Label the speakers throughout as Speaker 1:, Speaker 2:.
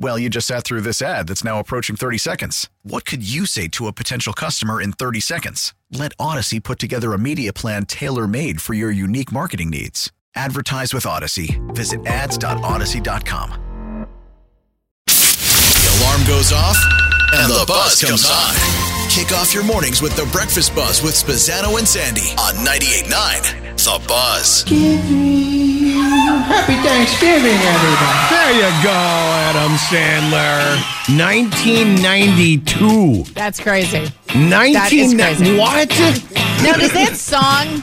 Speaker 1: Well, you just sat through this ad that's now approaching 30 seconds. What could you say to a potential customer in 30 seconds? Let Odyssey put together a media plan tailor made for your unique marketing needs. Advertise with Odyssey. Visit ads.odyssey.com.
Speaker 2: The alarm goes off, and the buzz comes on. Kick off your mornings with the breakfast buzz with Spazzano and Sandy on 98.9 The Buzz.
Speaker 3: Thanksgiving. Happy Thanksgiving, everybody.
Speaker 4: There you go, Adam Sandler. 1992.
Speaker 5: That's crazy.
Speaker 4: 19
Speaker 5: crazy.
Speaker 4: What?
Speaker 5: Now, does that song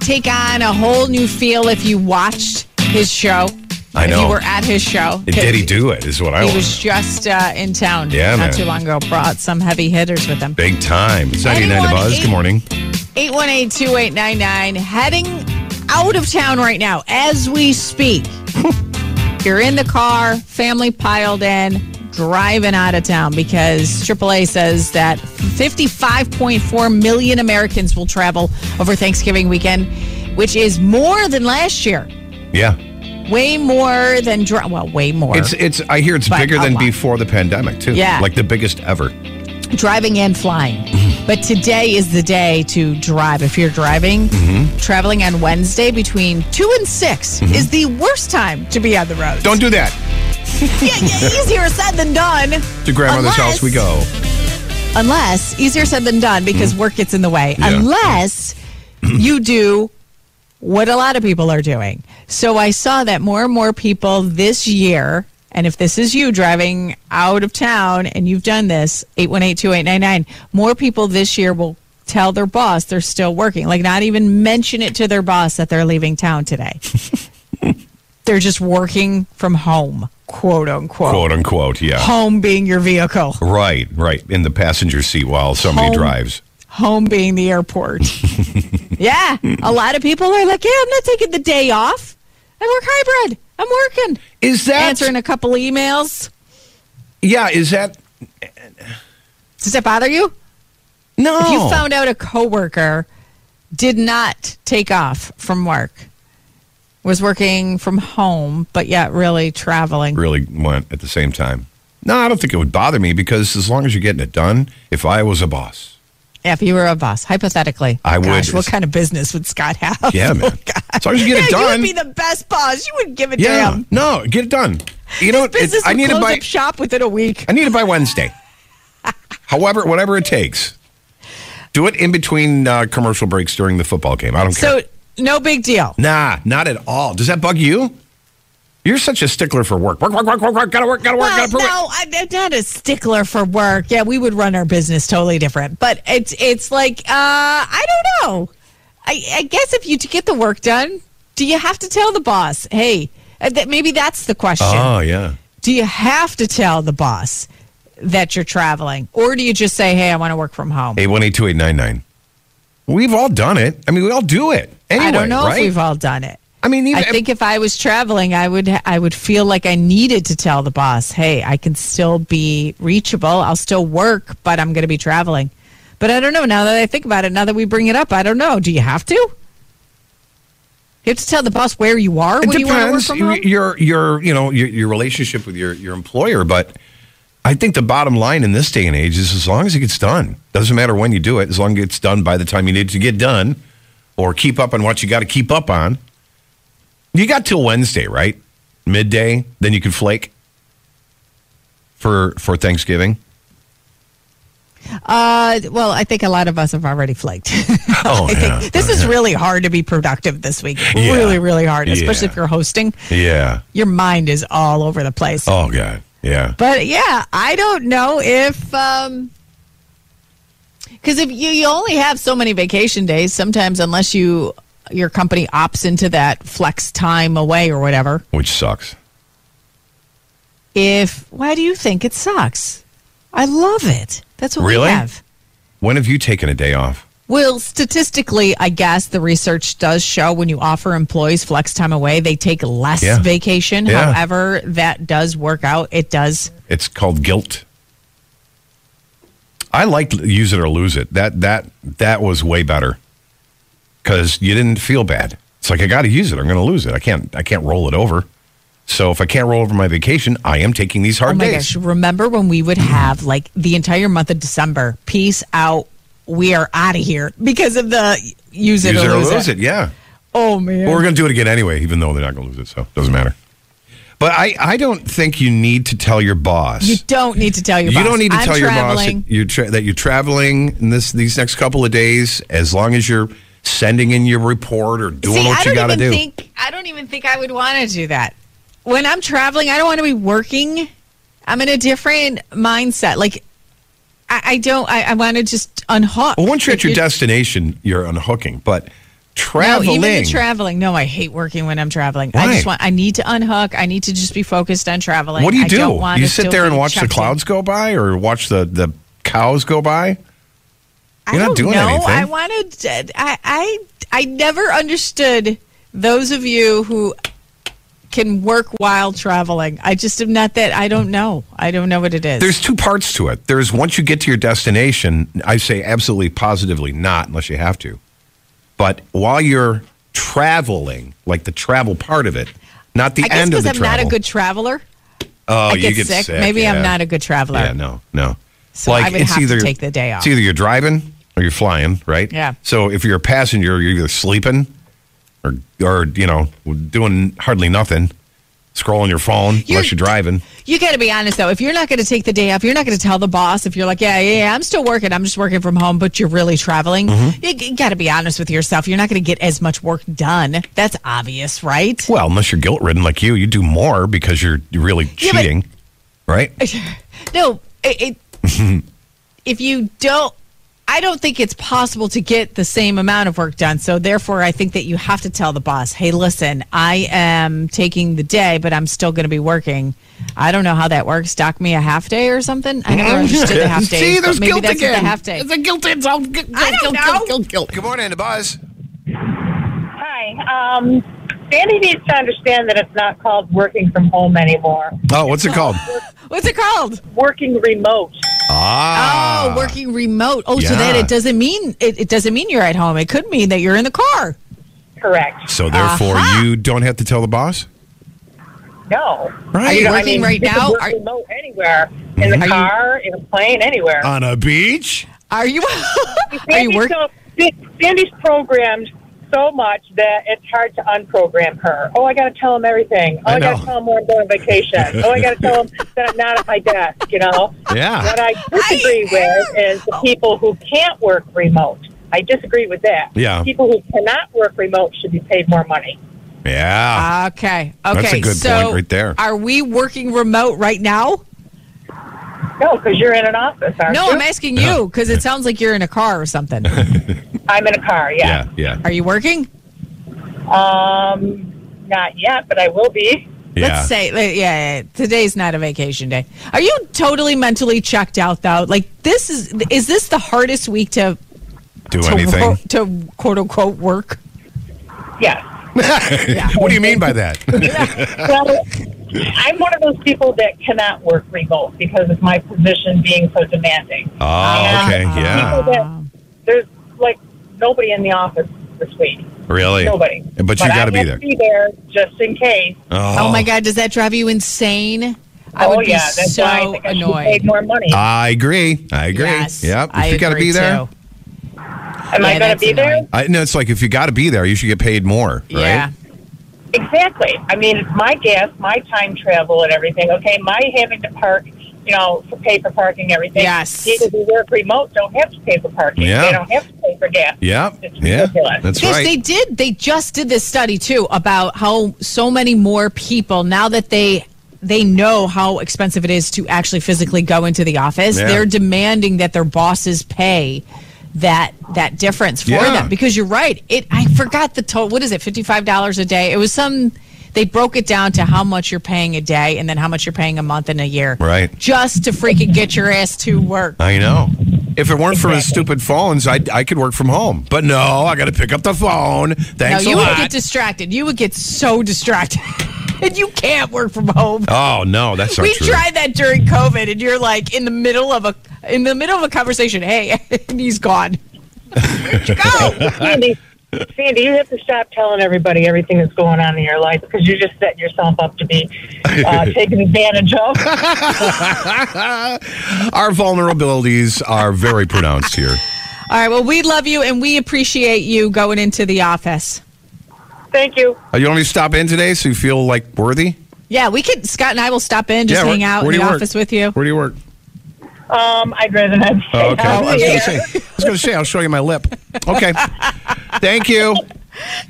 Speaker 5: take on a whole new feel if you watched his show?
Speaker 4: I
Speaker 5: If
Speaker 4: know.
Speaker 5: you were at his show.
Speaker 4: Did he do it? Is what I
Speaker 5: He
Speaker 4: was
Speaker 5: was just uh, in town
Speaker 4: Yeah,
Speaker 5: not
Speaker 4: man.
Speaker 5: too long ago. Brought some heavy hitters with him.
Speaker 4: big time. It's 99 to
Speaker 5: Anyone
Speaker 4: Buzz.
Speaker 5: eat-
Speaker 4: Good morning.
Speaker 5: 818-2899 heading out of town right now as we speak you're in the car family piled in driving out of town because aaa says that 55.4 million americans will travel over thanksgiving weekend which is more than last year
Speaker 4: Yeah.
Speaker 5: way more than dri- well way more
Speaker 4: It's it's I hear it's
Speaker 5: But
Speaker 4: bigger
Speaker 5: a
Speaker 4: than
Speaker 5: lot.
Speaker 4: before the pandemic too.
Speaker 5: Yeah.
Speaker 4: Like the biggest ever. Mm-hmm.
Speaker 5: driving and flying. But today is the day to drive. If you're driving,
Speaker 4: Mm-hmm.
Speaker 5: traveling on Wednesday between 2 and 6 is the worst time to be on the road.
Speaker 4: Don't do that.
Speaker 5: yeah, yeah, easier said than done.
Speaker 4: To grandmother's
Speaker 5: Unless-
Speaker 4: house we go.
Speaker 5: Unless, easier said than done because work gets in the way.
Speaker 4: Mm. Yeah.
Speaker 5: Unless you do what a lot of people are doing. So I saw that more and more people this year, and if this is you driving out of town and you've done this, 818 2899, more people this year will tell their boss they're still working, like not even mention it to their boss that they're leaving town today. they're just working from home, quote unquote.
Speaker 4: Quote unquote. Yeah.
Speaker 5: Home being your vehicle,
Speaker 4: Right, right. In the passenger seat while somebody
Speaker 5: Home.
Speaker 4: drives.
Speaker 5: home being the airport. yeah, a lot of people are like, yeah, I'm not taking the day off. I work hybrid. I'm working.
Speaker 4: Is that
Speaker 5: answering a couple emails.
Speaker 4: Yeah, is that
Speaker 5: Does that bother you?
Speaker 4: No.
Speaker 5: If you found out a coworker did not take off from work, was working from home, but yet really traveling.
Speaker 4: really went at the same time. No, I don't think it would bother me because as long as you're getting it done, if I was a boss,
Speaker 5: If you were a boss, hypothetically,
Speaker 4: I would.
Speaker 5: Gosh, what kind of business would Scott have? Oh,
Speaker 4: Yeah, man. As long as you get it
Speaker 5: Yeah,
Speaker 4: done.
Speaker 5: You would be the best boss. You would give a
Speaker 4: yeah,
Speaker 5: damn.
Speaker 4: no, get it done. You know, it,
Speaker 5: Business
Speaker 4: I
Speaker 5: would
Speaker 4: need it
Speaker 5: close
Speaker 4: by
Speaker 5: up shop within a week.
Speaker 4: I need it by Wednesday. However, whatever it takes, do it in between uh, commercial breaks during the football game. I don't
Speaker 5: So
Speaker 4: care.
Speaker 5: no big deal.
Speaker 4: Nah, not at all. Does that bug you? You're such a stickler for work. Work, work, work, work, work. Gotta work, gotta work,
Speaker 5: Well,
Speaker 4: gotta prove it.
Speaker 5: no, I'm I'm not a stickler for work. Yeah, we would run our business totally different. But it's it's like uh, I don't know. I, I guess if you to get the work done, do you have to tell the boss? Hey, uh, that maybe that's the question.
Speaker 4: Oh yeah.
Speaker 5: do you have to tell the boss that you're traveling, or do you just say, "Hey, I want to work from home"?
Speaker 4: Eight one eight two eight nine nine. We've all done it. I mean, we all do it. Anyway,
Speaker 5: I don't know
Speaker 4: right?
Speaker 5: if we've all done it.
Speaker 4: I mean, even,
Speaker 5: I think if I was traveling, I would I would feel like I needed to tell the boss, "Hey, I can still be reachable. I'll still work, but I'm going to be traveling." But I don't know. Now that I think about it, now that we bring it up, I don't know. Do you have to? You have to tell the boss where you are
Speaker 4: it
Speaker 5: when you want to work
Speaker 4: depends
Speaker 5: from home.
Speaker 4: your your you know your, your relationship with your your employer but i think the bottom line in this day and age is as long as it gets done doesn't matter when you do it as long as it's done by the time you need to get done or keep up on what you got to keep up on you got till wednesday right midday then you can flake for for thanksgiving
Speaker 5: Uh, well, I think a lot of us have already flaked.
Speaker 4: Oh,
Speaker 5: I
Speaker 4: yeah.
Speaker 5: think this is really hard to be productive this week.
Speaker 4: Yeah.
Speaker 5: Really, really hard, especially
Speaker 4: Yeah.
Speaker 5: if you're hosting.
Speaker 4: Yeah.
Speaker 5: Your mind is all over the place.
Speaker 4: Oh God. Yeah.
Speaker 5: But yeah, I don't know if um because if you, you only have so many vacation days, sometimes unless you your company opts into that flex time away or whatever.
Speaker 4: Which sucks.
Speaker 5: If why do you think it sucks? I love it. That's what
Speaker 4: Really?
Speaker 5: we have.
Speaker 4: When have you taken a day off?
Speaker 5: Well, statistically, I guess the research does show when you offer employees flex time away, they take less
Speaker 4: Yeah.
Speaker 5: vacation.
Speaker 4: Yeah.
Speaker 5: However, that does work out. It does.
Speaker 4: It's called guilt. I liked use it or lose it. That that that was way better because you didn't feel bad. It's like I got to use it. I'm going to lose it. I can't. I can't roll it over. So if I can't roll over my vacation, I am taking these hard
Speaker 5: Oh my
Speaker 4: days.
Speaker 5: gosh. Remember when we would have like the entire month of December, peace out, we are out of here because of the use it,
Speaker 4: Use
Speaker 5: or, lose it.
Speaker 4: Yeah.
Speaker 5: Oh, man.
Speaker 4: Well, we're going to do it again anyway, even though they're not going to lose it. So it doesn't matter. But I, I don't think you need to tell your boss.
Speaker 5: you don't need to tell your
Speaker 4: You
Speaker 5: boss.
Speaker 4: don't need to
Speaker 5: I'm
Speaker 4: tell your
Speaker 5: traveling.
Speaker 4: boss that you're, tra- that you're traveling in this these next couple of days, as long as you're sending in your report or doing
Speaker 5: See,
Speaker 4: what
Speaker 5: I
Speaker 4: you
Speaker 5: don't
Speaker 4: got to do.
Speaker 5: even think I don't even think I would want to do that. When I'm traveling, I don't want to be working. I'm in a different mindset. Like I, I don't. I, I want to just unhook.
Speaker 4: well, once you're at
Speaker 5: If
Speaker 4: your destination, you're unhooking. But traveling,
Speaker 5: No, even the traveling. No, I hate working when I'm traveling. I
Speaker 4: Why?
Speaker 5: just want. I need to unhook. I need to just be focused on traveling.
Speaker 4: what do you
Speaker 5: I
Speaker 4: do?
Speaker 5: don't want
Speaker 4: you
Speaker 5: to
Speaker 4: sit
Speaker 5: still
Speaker 4: there and
Speaker 5: be
Speaker 4: watch the
Speaker 5: checked in.
Speaker 4: clouds go by, or watch the the cows go by?
Speaker 5: I
Speaker 4: You're not
Speaker 5: don't
Speaker 4: doing
Speaker 5: know.
Speaker 4: anything.
Speaker 5: I wanted. to- I I I never understood those of you who can work while traveling. I just am not that. I don't know. I don't know what it is.
Speaker 4: There's two parts to it. There's once you get to your destination, I say absolutely positively not unless you have to. But while you're traveling, like the travel part of it, not the
Speaker 5: I guess
Speaker 4: end of
Speaker 5: because
Speaker 4: the
Speaker 5: I'm
Speaker 4: travel.
Speaker 5: not a good traveler.
Speaker 4: oh,
Speaker 5: I
Speaker 4: you
Speaker 5: get, sick. Maybe
Speaker 4: yeah.
Speaker 5: I'm not a good traveler.
Speaker 4: Yeah, no, no.
Speaker 5: So I would have to take the day off.
Speaker 4: It's either you're driving or you're flying, right?
Speaker 5: Yeah.
Speaker 4: So if you're a passenger, you're either sleeping or or you know doing hardly nothing, scrolling your phone
Speaker 5: You're-
Speaker 4: unless you're driving.
Speaker 5: You got to be honest though. If you're not going to take the day off, you're not going to tell the boss. If you're like, yeah, yeah, yeah, I'm still working. I'm just working from home, but you're really traveling. You, got to be honest with yourself. You're not going to get as much work done. That's obvious, right?
Speaker 4: Well, unless you're guilt ridden like you, you do more because you're you're really
Speaker 5: Yeah, but-
Speaker 4: cheating, right?
Speaker 5: No, it, it, if you don't, I don't think it's possible to get the same amount of work done. So therefore, I think that you have to tell the boss, hey, listen, I am taking the day, but I'm still going to be working. I don't know how that works. Dock me a half day or something. I never understood the half day.
Speaker 4: See, there's
Speaker 5: maybe
Speaker 4: guilt
Speaker 5: that's what
Speaker 4: again.
Speaker 5: The half day.
Speaker 3: It's a guilt. It's all guilt.
Speaker 5: I don't know.
Speaker 4: Good morning, the buzz.
Speaker 6: Hi. Um, Sandy needs to understand that it's not called working from home anymore.
Speaker 4: Oh, what's it called?
Speaker 5: What's it called?
Speaker 6: Working remote.
Speaker 4: ah,
Speaker 5: oh, working remote. Oh, so
Speaker 4: Yeah.
Speaker 5: that it doesn't mean it, it doesn't mean you're at home. It could mean that you're in the car.
Speaker 6: Correct.
Speaker 4: So therefore, you don't have to tell the boss.
Speaker 6: No.
Speaker 4: Right. Are you
Speaker 6: know,
Speaker 5: working right
Speaker 6: you can
Speaker 5: now?
Speaker 6: Work
Speaker 5: Are- Mm-hmm.
Speaker 6: remote anywhere. In the
Speaker 5: Are you-
Speaker 6: car, in a plane, anywhere.
Speaker 4: On a beach?
Speaker 5: Are you are you
Speaker 6: Sandy's
Speaker 5: working?
Speaker 6: so- Sandy's programmed so much that it's hard to unprogram her. Oh, I got to tell him everything. Oh,
Speaker 4: I
Speaker 6: I, got
Speaker 4: know.
Speaker 6: to tell him where I'm going on vacation. oh, I got to tell him that I'm not at my desk. You know.
Speaker 4: Yeah.
Speaker 6: What I disagree with is the people who can't work remote. I disagree with that.
Speaker 4: Yeah.
Speaker 6: People who cannot work remote should be paid more money.
Speaker 5: Ah,
Speaker 4: Yeah.
Speaker 5: Okay. Okay.
Speaker 4: That's a good
Speaker 5: so
Speaker 4: point right there.
Speaker 5: Are we working remote right now?
Speaker 6: No, because you're in an office, aren't
Speaker 5: No,
Speaker 6: you?
Speaker 5: I'm asking you because it sounds like you're in a car or something.
Speaker 6: I'm in a car. Yeah.
Speaker 4: yeah, yeah,
Speaker 5: Are you working?
Speaker 6: Um, not yet, but I will be.
Speaker 4: yeah.
Speaker 5: Let's say, like, yeah, yeah, today's not a vacation day. Are you totally mentally checked out though? Like this is is this the hardest week to
Speaker 4: do
Speaker 5: to,
Speaker 4: anything.
Speaker 5: wo- to quote unquote work?
Speaker 6: Yes.
Speaker 4: What do you mean by that?
Speaker 6: Uh, well, I'm one of those people that cannot work remote because of my position being so demanding.
Speaker 4: oh, okay,
Speaker 6: People
Speaker 4: yeah,
Speaker 6: that there's like nobody in the office this week.
Speaker 4: really.
Speaker 6: Nobody.
Speaker 4: But you got
Speaker 6: I
Speaker 4: to be
Speaker 6: have
Speaker 4: there. Uh.
Speaker 6: Be there just in case.
Speaker 5: Oh. my god, does that drive you insane? I
Speaker 6: oh
Speaker 5: would be
Speaker 6: yeah, that's
Speaker 5: so
Speaker 6: why I think I should
Speaker 5: annoyed.
Speaker 6: pay more money.
Speaker 4: I agree. I agree.
Speaker 5: Yes,
Speaker 4: yep. If
Speaker 5: I
Speaker 4: you got to
Speaker 5: agree,
Speaker 4: be there,
Speaker 5: too.
Speaker 6: Am
Speaker 5: yeah,
Speaker 6: I going to
Speaker 5: that's
Speaker 6: be there?
Speaker 5: annoying.
Speaker 4: I no, it's like if you got to be there, you should get paid more, right?
Speaker 5: Yeah.
Speaker 6: Exactly. I mean, it's my gas, my time travel, and everything. Okay, my having to park you know, for pay for parking, everything.
Speaker 5: Yes.
Speaker 6: People who work remote don't have to pay for parking.
Speaker 4: Yeah.
Speaker 6: They don't have to pay for gas.
Speaker 4: Yeah.
Speaker 6: It's
Speaker 4: Yeah.
Speaker 6: ridiculous.
Speaker 4: That's
Speaker 5: Yes,
Speaker 4: right.
Speaker 5: they did. They just did this study too about how so many more people now that they they know how expensive it is to actually physically go into the office.
Speaker 4: Yeah.
Speaker 5: They're demanding that their bosses pay that that difference for
Speaker 4: Yeah.
Speaker 5: them because you're right. It I forgot the total. What is it? Fifty five dollars a day. It was some. They broke it down to how much you're paying a day and then how much you're paying a month and a year.
Speaker 4: Right.
Speaker 5: Just to freaking get your ass to work.
Speaker 4: I know. If it weren't for his
Speaker 6: Exactly.
Speaker 4: stupid phones, I, I could work from home. But no, I got to pick up the phone. Thanks
Speaker 5: no, you
Speaker 4: a
Speaker 5: would
Speaker 4: lot.
Speaker 5: get distracted. You would get so distracted. and you can't work from home.
Speaker 4: oh no, that's not
Speaker 5: we
Speaker 4: true.
Speaker 5: tried that during COVID and you're like in the middle of a in the middle of a conversation, hey, and he's gone. Where'd you go?
Speaker 6: Sandy, Sandy, you have to stop telling everybody everything that's going on in your life because you're just setting yourself up to be uh, taken advantage of.
Speaker 4: Our vulnerabilities are very pronounced here.
Speaker 5: All right, well, we love you and we appreciate you going into the office.
Speaker 6: Thank you.
Speaker 4: Are Uh, you only stop in today so you feel like worthy?
Speaker 5: Yeah, we could Scott and I will stop in, just
Speaker 4: where-
Speaker 5: hang out
Speaker 4: where
Speaker 5: in
Speaker 4: do
Speaker 5: the
Speaker 4: you work?
Speaker 5: office with you.
Speaker 4: Where do you work?
Speaker 6: Um, I'd rather not. say
Speaker 4: Oh, okay.
Speaker 6: that.
Speaker 4: I was
Speaker 6: Yeah.
Speaker 4: going to say. I was going to say. I'll show you my lip. Okay. Thank you.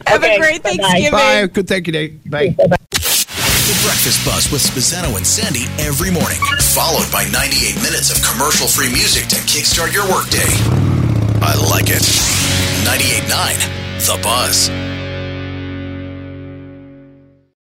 Speaker 5: Have a
Speaker 6: Okay,
Speaker 5: great
Speaker 6: bye-bye.
Speaker 5: Thanksgiving.
Speaker 4: Bye. Good. Thank you, Dave. Bye.
Speaker 2: The Breakfast Bus with Spazzano and Sandy every morning, followed by 98 minutes of commercial free music to kickstart your workday. I like it. 98.9, The Buzz.